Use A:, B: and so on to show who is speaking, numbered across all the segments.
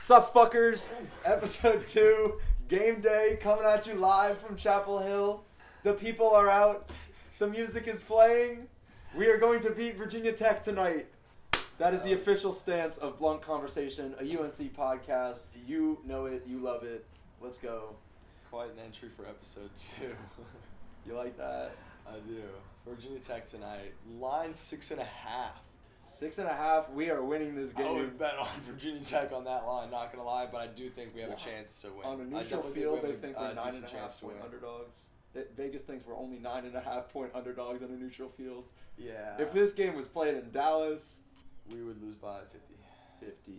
A: Sup, fuckers?
B: Episode two, game day, coming at you live from Chapel Hill. The people are out. The music is playing. We are going to beat Virginia Tech tonight. That is the official stance of Blunt Conversation, a UNC podcast. You know it. You love it. Let's go.
C: Quite an entry for episode two.
B: You like that?
C: I do. Virginia Tech tonight, line six and a half.
B: Six and a half. We are winning this
C: I would
B: game.
C: bet on Virginia Tech on that line. Not gonna lie, but I do think we have a chance to win.
B: On a
C: I
B: neutral
C: definitely
B: field,
C: we
B: they
C: have
B: think
C: a,
B: we're
C: uh,
B: nine and
C: decent
B: a half
C: chance to
B: point
C: win.
B: underdogs. That- Vegas thinks we're only nine and a half point underdogs on a neutral field.
C: Yeah.
B: If this game was played in Dallas,
C: we would lose by fifty.
B: 50.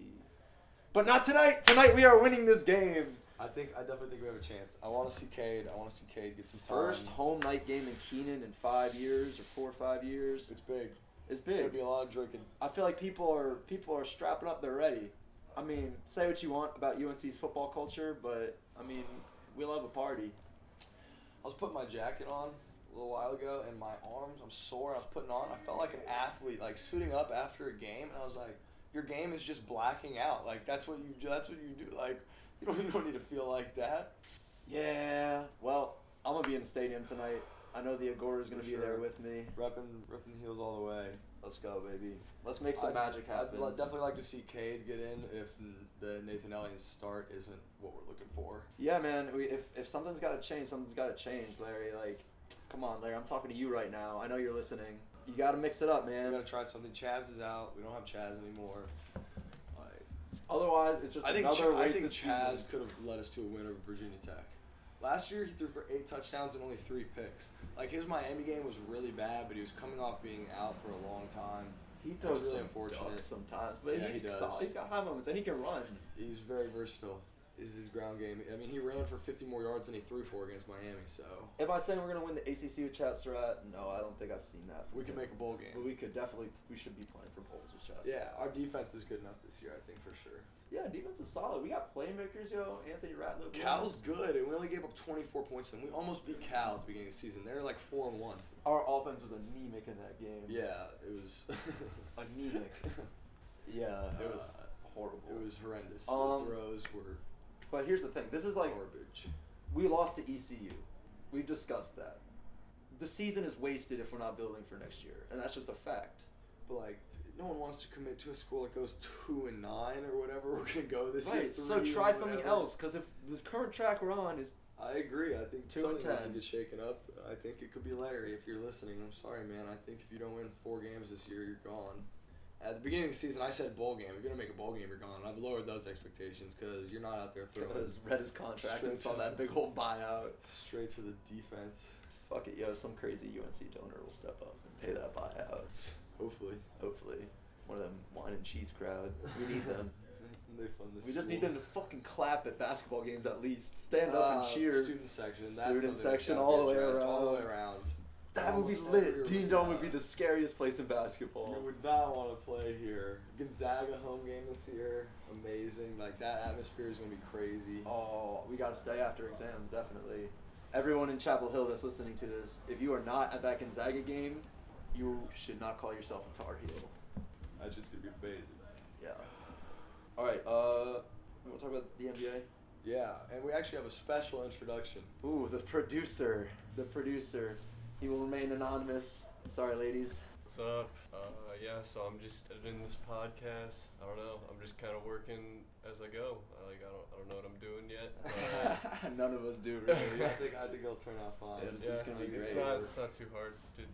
B: But not tonight. Tonight we are winning this game.
C: I think I definitely think we have a chance. I want to see Cade. I want to see Cade get some time.
B: First home night game in Keenan in five years or four or five years.
C: It's big.
B: It's
C: There'll
B: big.
C: be a lot of drinking.
B: I feel like people are people are strapping up. They're ready. I mean, say what you want about UNC's football culture, but I mean, we love a party.
C: I was putting my jacket on a little while ago, and my arms, I'm sore. I was putting on. I felt like an athlete, like suiting up after a game, and I was like, "Your game is just blacking out. Like that's what you do. That's what you do. Like you don't you don't need to feel like that."
B: Yeah. Well, I'm gonna be in the stadium tonight. I know the Agora is gonna
C: For
B: be there
C: sure.
B: with me.
C: Repping repping the heels all the way.
B: Let's go, baby. Let's make some
C: I'd-
B: magic
C: I'd
B: happen.
C: li- definitely like to see Cade get in if n- the Nathan Elliott start isn't what we're looking for.
B: Yeah, man. We, if if something's got to change, something's got to change, Larry. Like, come on, Larry. I'm talking to you right now. I know you're listening. You got to mix it up,
C: We gotta
B: man.
C: try something. Chaz is out. We don't have Chaz anymore. Like,
B: Otherwise, it's just
C: I think,
B: another
C: Ch- I
B: wasted
C: think Chaz
B: season.
C: could have led us to a win over Virginia Tech. Last year, he threw for eight touchdowns and only three picks. Like his Miami game was really bad, but he was coming off being out for a long time.
B: He throws
C: really
B: some
C: unfortunate.
B: ducks sometimes, but
C: Yeah,
B: he's
C: he does.
B: solid. He's got high moments and he can run.
C: He's very versatile. Is his ground game? I mean, he ran for 50 more yards than he threw for against Miami. So
B: Am I saying we're gonna win the ACC with Chaz Surratt? No, I don't think I've seen that. from
C: we could
B: him.
C: make a bowl
B: But
C: game.
B: we could definitely. We should be playing for polls with Chaz.
C: Yeah, our defense is good enough this year, I think for sure.
B: Yeah, defense is solid. We got playmakers, yo. Anthony Ratliff.
C: Cal's good, and we only gave up 24 points. Then we almost beat Cal at the beginning of the season. They're like four and one.
B: Our offense was anemic in that game.
C: Yeah, it was.
B: Anemic. Yeah. It was
C: Uh,
B: horrible.
C: It was horrendous.
B: Um,
C: the throws were
B: But here's the thing. This is like
C: garbage.
B: we lost to ECU. We've discussed that. The season is wasted if we're not building for next year, and that's just a fact.
C: But like, no one wants to commit to a school that goes two and nine or whatever. We're gonna go this year.
B: right. So
C: three
B: try
C: and
B: something
C: whatever.
B: else, because if the current track we're on is
C: I agree. I think
B: Two
C: two
B: and
C: something needs to
B: ten.
C: get shaken up. I think it could be Larry if you're listening. I'm sorry, man. I think if you don't win four games this year, you're gone. At the beginning of the season, I said bowl game. If you're gonna make a bowl game, you're gone. I've lowered those expectations because you're not out there throwing
B: because read his contract and
C: Straight
B: saw
C: to-
B: that big old buyout.
C: straight to the defense.
B: Fuck it, yo! Some crazy UNC donor will step up and pay that buyout.
C: Hopefully,
B: Hopefully, one of them wine and cheese crowd. We need them.
C: they fund this.
B: we just need
C: school.
B: them to fucking clap at basketball games at least. Stand up
C: Ah,
B: and cheer.
C: Student section. That's
B: Student
C: something that's
B: section
C: gotta
B: all
C: be
B: the way
C: addressed, All the way
B: around.
C: around.
B: That would be
C: Almost
B: lit.
C: everywhere
B: Gene
C: we
B: Dome would
C: got.
B: be the scariest place in
C: You
B: basketball.
C: would not want to play here. Gonzaga home game this year. Amazing. Like that atmosphere is gonna be crazy.
B: Oh, we got to stay after exams, definitely. Everyone in Chapel Hill that's listening to this, if you are not at that Gonzaga game, you should not call yourself a Tar Heel.
C: That's just gonna be amazing.
B: Yeah. All right. Uh, we want to talk about the NBA.
C: Yeah, and we actually have a special introduction.
B: Ooh, the producer. The producer. He will remain anonymous. Sorry, ladies.
D: What's up? Uh, yeah, so I'm just editing this podcast. I don't know. I'm just kind of working as I go. I, like I don't, I don't know what I'm doing yet. but-
B: None of us do
C: I
B: really.
C: think I think it'll turn out fine.
B: Yeah, this is gonna be
C: I think
D: it's
B: great.
D: not, it's not too hard. Did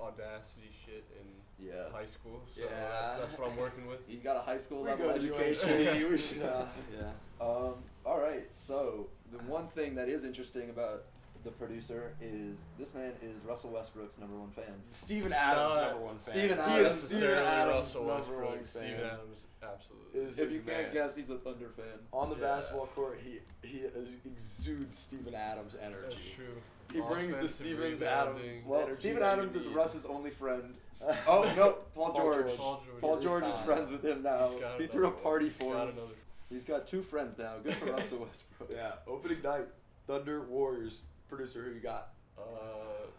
D: audacity shit in
B: yeah.
D: high school, so
C: Yeah.
D: that's that's what I'm working with.
B: You got a high school
C: We
B: level
C: go to
B: education.
C: UNC. we should. Uh, yeah.
B: Um, all right. So the one thing that is interesting about the producer is this man is Russell Westbrook's number one fan.
C: Steven
D: Adams,
C: Adams,
D: No,
C: number one fan.
B: Steven
D: Not
B: Adams. He is
D: necessarily
C: Steven Adams,
D: Russell
C: number
D: Westbrook.
C: one
D: Steven
C: fan.
D: Adams, absolutely.
C: Is- This
B: If you
C: man.
B: can't guess, he's a Thunder fan.
C: On the
D: Yeah.
C: basketball court, he he exudes Steven Adams energy.
D: That's true.
C: He brings the
D: Offensive
C: Stevens
D: rebounding.
C: Adams.
B: Well,
C: energy
B: Steven
C: that you
B: Adams is
C: need.
B: Russ's only friend. S- oh no, Paul George.
D: Paul George.
B: Paul
C: He
B: George is
C: resigned.
B: friends with him now.
D: He's got
B: He
D: another
B: threw a
D: one.
B: party
D: He's
B: for
D: got
B: him.
D: another-
B: He's got two friends now. Good for Russell Westbrook.
C: Yeah, opening night, Thunder Warriors. Producer, who you got?
D: Uh, unfortunately,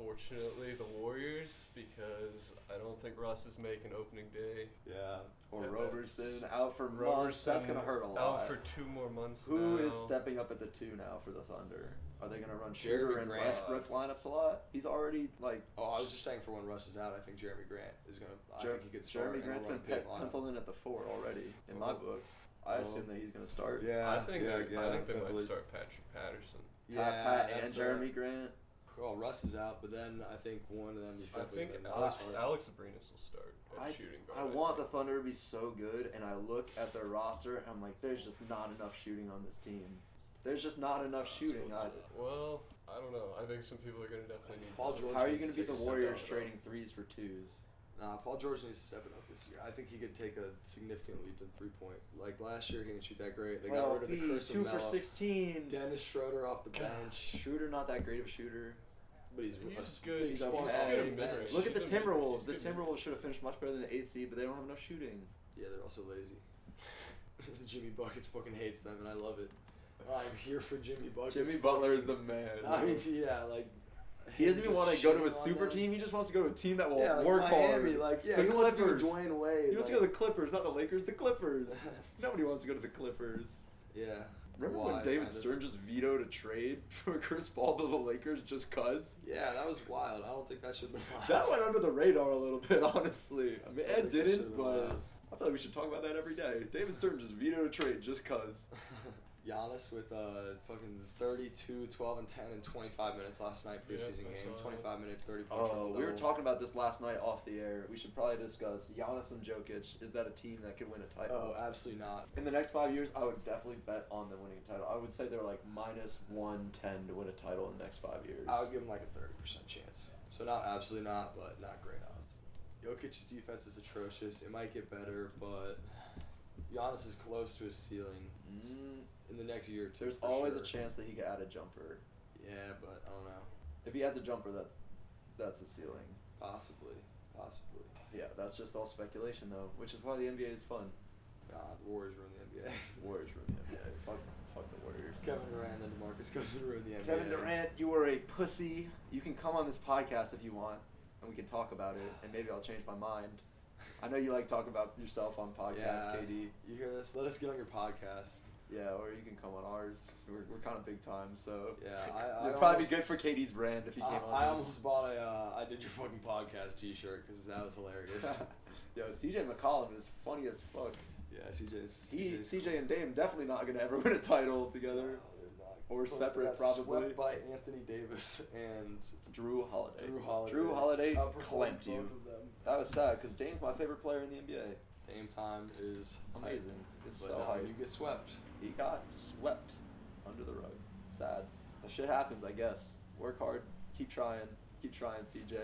D: unfortunately, the Warriors because I don't think Russ is making opening day.
B: Yeah. Or
D: Yeah,
B: Roberson
D: that's-
B: out from Roberson. That's gonna
C: Roberson
B: hurt a lot.
D: Out for two more months.
B: Who
D: now.
B: is stepping up at the two now for the Thunder? Are they gonna run
C: Jeremy
B: Sugar and
C: Grant.
B: Westbrook lineups a lot? He's already like
C: Oh, I was just saying for when Russ is out, I think Jeremy Grant is gonna. I
B: Jer-
C: think he could start.
B: Jeremy
C: and
B: Grant's
C: run
B: been
C: a big
B: pe-
C: lineup.
B: penciled in at the four already in my
D: Oh.
B: book. I
C: Oh.
B: assume that he's gonna start.
C: Yeah,
D: I think
C: yeah,
D: they,
C: yeah,
D: I think they might
C: definitely.
D: start Patrick Patterson.
B: Yeah,
C: Yeah,
B: Pat
C: that's
B: and
C: a-
B: Jeremy Grant.
C: Well, Russ is out, but then I think one of them is
D: I
C: definitely.
D: think
C: gonna
D: Alex,
C: start.
D: Alex Abrinas will start at
B: I,
D: shooting guard.
B: I want the
D: think.
B: Thunder to be so good, and I look at their roster, and I'm like, there's just not enough shooting on this team. There's just not
D: Uh,
B: enough shooting. I,
D: Well, I don't know. I think some people are going to definitely need.
C: Paul
D: help.
C: George
B: how are you
C: needs
B: going to
C: to
B: beat the
C: take a step
B: Warriors
C: down, though.
B: trading threes for twos?
C: Nah, Paul George needs to step it up this year. I think he could take a significant leap in three point. Like last year, he didn't shoot that great. They got
B: Playoff
C: rid of the
B: P,
C: curse
B: two
C: of
B: for
C: Melo.
B: 16.
C: Dennis Schroeder off the bench,
B: Shooter, not that great of a shooter.
C: but he's, a
D: He's
C: s-
D: good-
C: big
D: he's
C: spark
B: good
C: on
B: at
C: the
D: mid-range.
C: bench.
B: Look at
D: He's
B: the
D: a mid-
B: Timberwolves.
D: he's
B: The
D: good mid-
B: Timberwolves should have finished much better than the 8th seed, but they don't have enough shooting.
C: Yeah, they're also lazy. Jimmy Buckets fucking hates them, and I love it. I'm here for Jimmy Buckets.
B: is the man.
C: I mean, yeah, like
B: he doesn't
C: him
B: even
C: just
B: want to go to a
C: shitting on
B: super
C: them.
B: team. He just wants to go to a team that will
C: yeah, like
B: work
C: Miami,
B: hard.
C: Like yeah,
B: The
C: he wants to be
B: Clippers.
C: Dwayne Wade.
B: He wants to go to
C: like-
B: the Clippers, not the Lakers. The Clippers. Nobody wants to go to the Clippers.
C: yeah.
B: Remember
C: Why,
B: when David
C: kinda.
B: Stern just vetoed a trade for Chris Paul to the Lakers just cause?
C: Yeah, that was wild. I don't think that should have been allowed.
B: That went under the radar a little bit, honestly. I mean,
C: I
B: Ed
C: think that
B: didn't,
C: should've
B: but
C: been allowed.
B: I feel like we should talk about that every day. David Stern just vetoed a trade just cause.
C: Giannis with uh, fucking 32, 12, and 10 in 25 minutes last night,
D: Yeah,
C: preseason
D: I
C: game.
D: saw that.
C: 25 minute, 30 point
B: Oh,
C: triple
B: we were
C: double.
B: talking about this last night off the air. We should probably discuss Giannis and Jokic. Is that a team that could win a title?
C: Oh, absolutely not.
B: In the next five years, I would definitely bet on them winning a title. I would say they're like minus 110 to win a title in the next five years.
C: I would give him like a 30% chance. So, not absolutely not, but not great odds. Jokic's defense is atrocious. It might get better, but Giannis is close to his ceiling
B: Mm,
C: in the next year or two.
B: there's
C: for
B: always
C: sure.
B: a chance that he could add a jumper.
C: Yeah, but I don't know.
B: If he adds a jumper, that's that's a ceiling.
C: Possibly. Possibly.
B: Yeah, that's just all speculation though, which is why the NBA is fun.
C: Nah, the Warriors ruin the NBA.
B: Warriors ruin the NBA. Fuck, fuck the Warriors.
C: Kevin Durant and DeMarcus Cousins ruined the NBA.
B: Kevin Durant, you are a pussy. You can come on this podcast if you want, and we can talk about it, and maybe I'll change my mind. I know you like talking about yourself on podcasts,
C: Yeah.
B: KD.
C: You hear this? Let us get on your podcast.
B: Yeah, or you can come on ours. We're, we're kind of big time, so
C: Yeah, I, I
B: it'd probably
C: almost-
B: be good for KD's brand if he came
C: I,
B: on.
C: Uh, I
B: this.
C: almost bought a uh, I did your fucking podcast T-shirt because that was hilarious.
B: Yo, CJ McCollum is funny as fuck.
C: yeah, CJ's.
B: He, CJ and Dame definitely not gonna ever win a title together. or
C: Plus, they
B: separate,
C: got
B: probably.
C: Swept by Anthony Davis and
B: Drew Holiday.
C: Drew Holiday.
B: Drew Holiday
C: Outperformed
B: clamped
C: both
B: you.
C: of them.
B: That was sad because Dame's my favorite player in the NBA.
C: Same time is hype,
B: Amazing. It's
C: but
B: so
C: no,
B: hype.
C: You get swept.
B: He got swept under the rug. Sad. That shit happens, I guess. Work hard. Keep trying. Keep trying, CJ.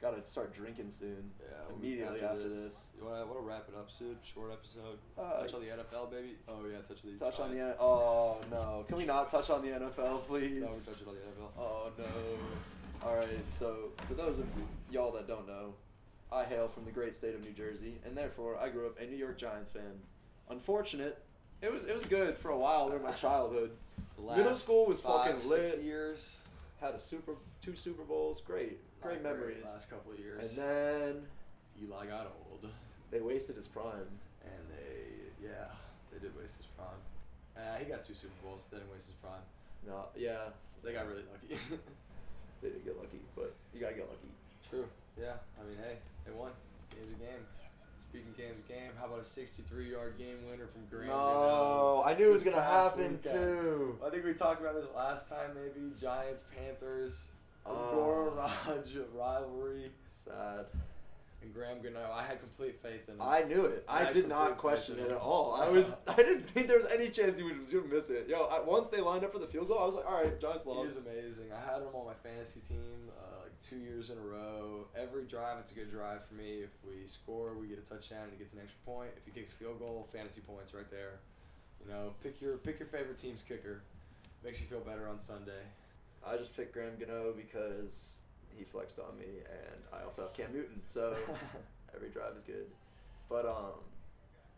B: Gotta start drinking soon.
C: Yeah. we-
B: Immediately after, this.
C: You wanna, wanna wrap it up, Sid? Short episode.
B: Uh,
C: touch on the NFL, baby. Oh yeah, touch on the.
B: Touch on the
C: Giants.
B: N- Oh, no. Can we not touch on the NFL, please?
C: No, we're touching on the NFL.
B: Oh no. Alright, so for those of y'all that don't know, I hail from the great state of New Jersey, and therefore I grew up a New York Giants fan. Unfortunate, it was it was good for a while during my childhood. Middle school was
C: five,
B: fucking
C: six
B: lit.
C: years.
B: Had a super two Super Bowls, great, great
C: Not
B: memories.
C: Last couple of
B: And
C: years.
B: then
C: Eli got old,
B: they wasted his prime.
C: and they yeah they did waste his prime. Uh, he got two Super Bowls. They didn't waste his prime.
B: No, yeah,
C: They got really lucky.
B: they did get lucky, but you gotta get lucky.
C: True. Yeah. I mean, hey, they won. Game's a game. Speaking of games, a game. How about a 63-yard game winner from Graham?
B: No, I knew it was gonna happen too.
C: I think we talked about this last time. Maybe Giants Panthers.
B: Oh.
C: Goran Raj rivalry.
B: Sad.
C: And Graham Gano, I had complete faith in him.
B: I knew it. I
C: I
B: did not
C: completely
B: question it
C: missed it.
B: at all. I was I didn't think there was any chance he would, was gonna miss it. Yo, I, once they lined up for the field goal, I was like, all right, Giants
C: He is
B: lost.
C: amazing. I had him on my fantasy team uh, like two years in a row. Every drive, it's a good drive for me. If we score, we get a touchdown and he gets an extra point. If he kicks a field goal, fantasy points right there. You know, pick your pick your favorite team's kicker. Makes you feel better on Sunday.
B: I just picked Graham Gano because he flexed on me, and I also have Cam Newton, so every drive is good. But um,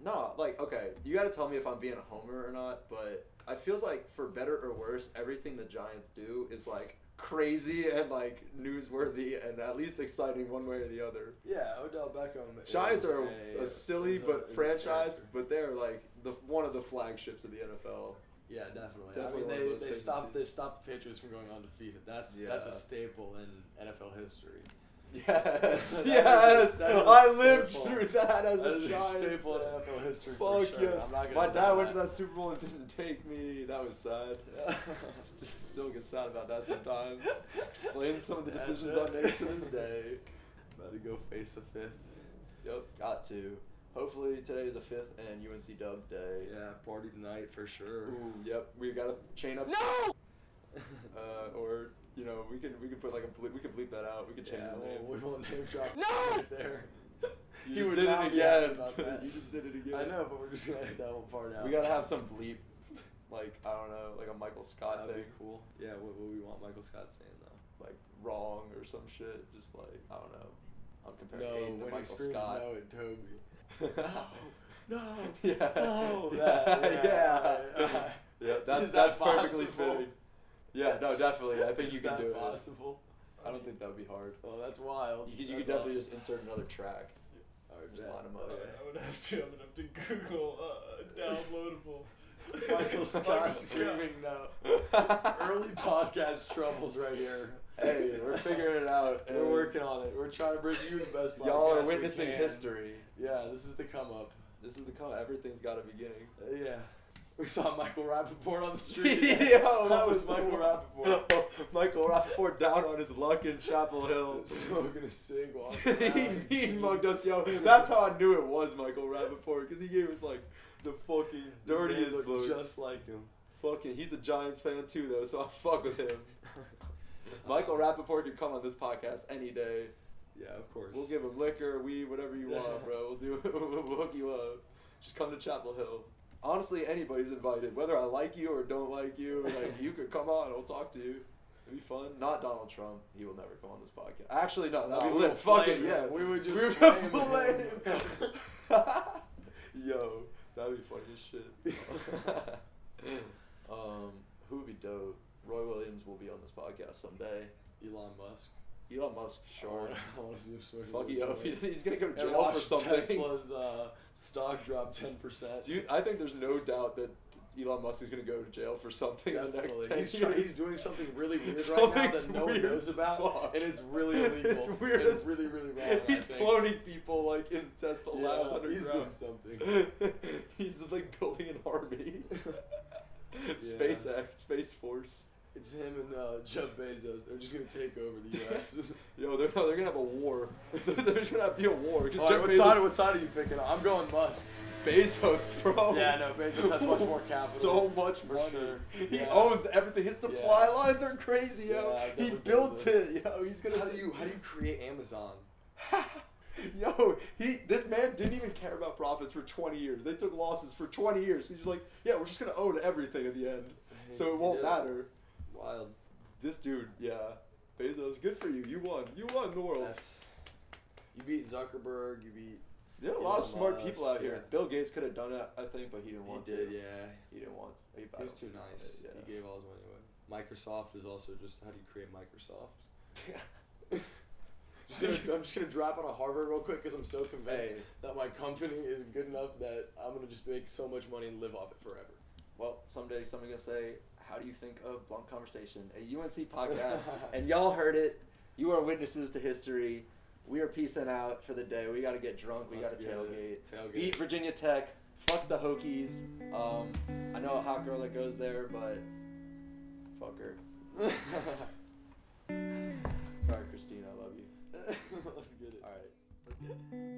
B: no, like okay, you got to tell me if I'm being a homer or not. But I feels like for better or worse, everything the Giants do is like crazy and like newsworthy and at least exciting one way or the other.
C: Yeah, Odell Beckham.
B: Giants
C: is
B: are
C: a,
B: a, silly
C: is a- is
B: but
C: a
B: franchise,
C: character.
B: but they're like the one of the flagships of the NFL.
C: Yeah, definitely.
B: Definitely one
C: I
B: of
C: mean,
B: those
C: they, they
B: things
C: stopped
B: too.
C: they stopped the Patriots from going undefeated. That's that's a
B: Yeah.
C: staple in NFL history.
B: Yes,
C: That is a-
B: yes.
C: that is a
B: I lived
C: staple.
B: through that as
C: That
B: a
C: is a
B: Giants
C: staple in
B: fan.
C: NFL history for
B: Fuck
C: sure.
B: yes.
C: I'm not gonna
B: My
C: deny
B: dad went to
C: that.
B: that Super Bowl and didn't take me. That was sad. St- Still get sad about that sometimes. Explains some of the
C: That's
B: decisions
C: it.
B: I make to this day.
C: About to go face the fifth.
B: Yep, got to. Hopefully today is a fifth and UNC Dub day.
C: Yeah, party tonight for sure.
B: Ooh, yep. We gotta chain up. No. Uh, or you know we can we can put like a ble- we can bleep that out. We can change
C: yeah,
B: his
C: well,
B: name.
C: we won't name drop
B: No!
C: right there.
B: You
C: He
B: just
C: would
B: did it
C: not be
B: again.
C: happy about that.
B: You just did it again.
C: I know, but we're just gonna edit that one part out.
B: We gotta have some bleep, like I don't know, like a Michael Scott
C: That'd be
B: thing,
C: cool. Yeah, what would we want Michael Scott saying though?
B: like wrong or some shit. Just like I don't know. I'm comparing
C: no,
B: Aiden
C: when
B: to
C: he
B: Michael
C: screams
B: Scott.
C: no at Toby.
B: no,
C: no,
B: yeah,
C: no,
B: yeah,
C: that,
B: yeah,
C: yeah, yeah.
B: Yeah,
C: Is
B: That's
C: that
B: that's perfectly
C: possible?
B: fitting. Yeah, no, definitely. I think
C: Is
B: you can
C: that
B: do it.
C: possible?
B: I don't think that would be hard.
C: Well, that's wild.
B: You could, you
C: That's
B: could definitely
C: awesome.
B: just insert another track.
C: All right,
B: just
C: bet.
B: line 'em up.
C: Okay.
D: I would have to. I would have to Google uh, downloadable.
C: Michael Scott
D: Scott.
C: screaming no. Early podcast troubles right here.
B: Hey, we're figuring it out.
C: We're
B: and
C: working on it. We're trying to bring you the best podcast.
B: Y'all are
C: we
B: witnessing
C: can.
B: history.
C: Yeah, this is the come up.
B: This is the call. Everything's got a beginning.
C: Uh, yeah. We saw Michael Rappaport on the street.
B: Yo,
C: that was Michael Rappaport.
B: Michael Rappaport down on his luck in Chapel Hill.
C: Smoking a cig walking around.
B: he he
C: Jeez.
B: mugged us, yo. That's how I knew it was Michael Rappaport because he gave us like the fucking
C: This man
B: dirtiest
C: looked
B: look.
C: Just like him.
B: Fucking, he's a Giants fan too, though, so I fuck with him. Michael Rappaport could come on this podcast any day.
C: Yeah, of course.
B: We'll give him liquor, weed, whatever you
C: Yeah.
B: want, bro. We'll do. we'll hook you up. Just come to Chapel Hill. Honestly, anybody's invited. Whether I like you or don't like you, like you could come on. I'll talk to you. It'd be fun. Not Donald Trump. He will never come on this podcast. Actually, no. That'd
C: No,
B: be
C: we'll
B: lit. Fuck it.
C: flame him.
B: Yeah,
C: We would just
B: We
C: flame
B: flame
C: him.
B: him. Yo, that'd be funny as shit. um, who would be dope? Roy Williams will be on this podcast someday.
C: Elon Musk.
B: Elon Musk, sure.
C: I want to see him smoking
B: Fuck
C: a
B: you.
C: joint.
B: He's gonna go to
C: Oh, And
B: jail for
C: watch
B: something.
C: Tesla's uh, stock drop ten percent.
B: Do you, I think there's no doubt that Elon Musk is going to go to jail for something
C: Definitely.
B: the next 10
C: He's, try-
B: years.
C: he's doing something really weird right now
B: Something's
C: that no one
B: weird
C: knows
B: as
C: about,
B: fuck.
C: and it's really illegal.
B: It's weird
C: and
B: as-
C: really, really wrong. I
B: He's
C: think.
B: cloning people like in Tesla
C: Yeah,
B: labs
C: he's doing
B: underground.
C: something.
B: he's like building an army. Space Act, Space Force.
C: It's him and uh, Jeff Bezos. They're just gonna take over the U.S.
B: Yo, they're, no, they're gonna have a war. There's gonna be a war. 'cause
C: All right,
B: Jeff
C: what
B: Bezos-
C: side? What side are you picking? up? I'm going Musk.
B: Bezos, bro.
C: Yeah, no, Bezos has much more capital.
B: So much
C: For
B: money.
C: sure.
B: He
C: Yeah.
B: owns everything. His supply
C: Yeah.
B: lines are crazy, yo.
C: Yeah,
B: he
C: definitely
B: built
C: Bezos.
B: it, yo. He's gonna.
C: How do you how do you create Amazon?
B: Yo, he this man didn't even care about profits for 20 years. They took losses for 20 years. He's just like, yeah, we're just gonna own everything at the end, so it won't
C: Yeah.
B: matter.
C: Wild.
B: This dude, yeah, Bezos, good for you. You won. You won the world.
C: That's, you beat Zuckerberg. You beat.
B: there are a lot
C: Elon
B: of smart
C: Musk,
B: people out here.
C: yeah.
B: Bill Gates could have done it, I think, but he didn't want
C: He did,
B: to.
C: yeah.
B: He didn't want. To. He,
C: He was
B: battled
C: too nice.
B: it,
C: He gave all his money away. Microsoft is also just how do you create Microsoft? Just gonna, I'm just gonna drop out of Harvard real quick because I'm so convinced
B: Hey.
C: that my company is good enough that I'm gonna just make so much money and live off it forever.
B: Well, someday someone's gonna say, "How do you think of blunt conversation?" A UNC podcast, and y'all heard it. You are witnesses to history. We are peacing out for the day. We gotta get drunk. We
C: Let's
B: gotta
C: get
B: tailgate.
C: it. Tailgate.
B: Beat Virginia Tech. Fuck the Hokies. Um, I know a hot girl that goes there, but fuck her. Sorry, Christine. I love you.
C: Let's get it.
B: All right.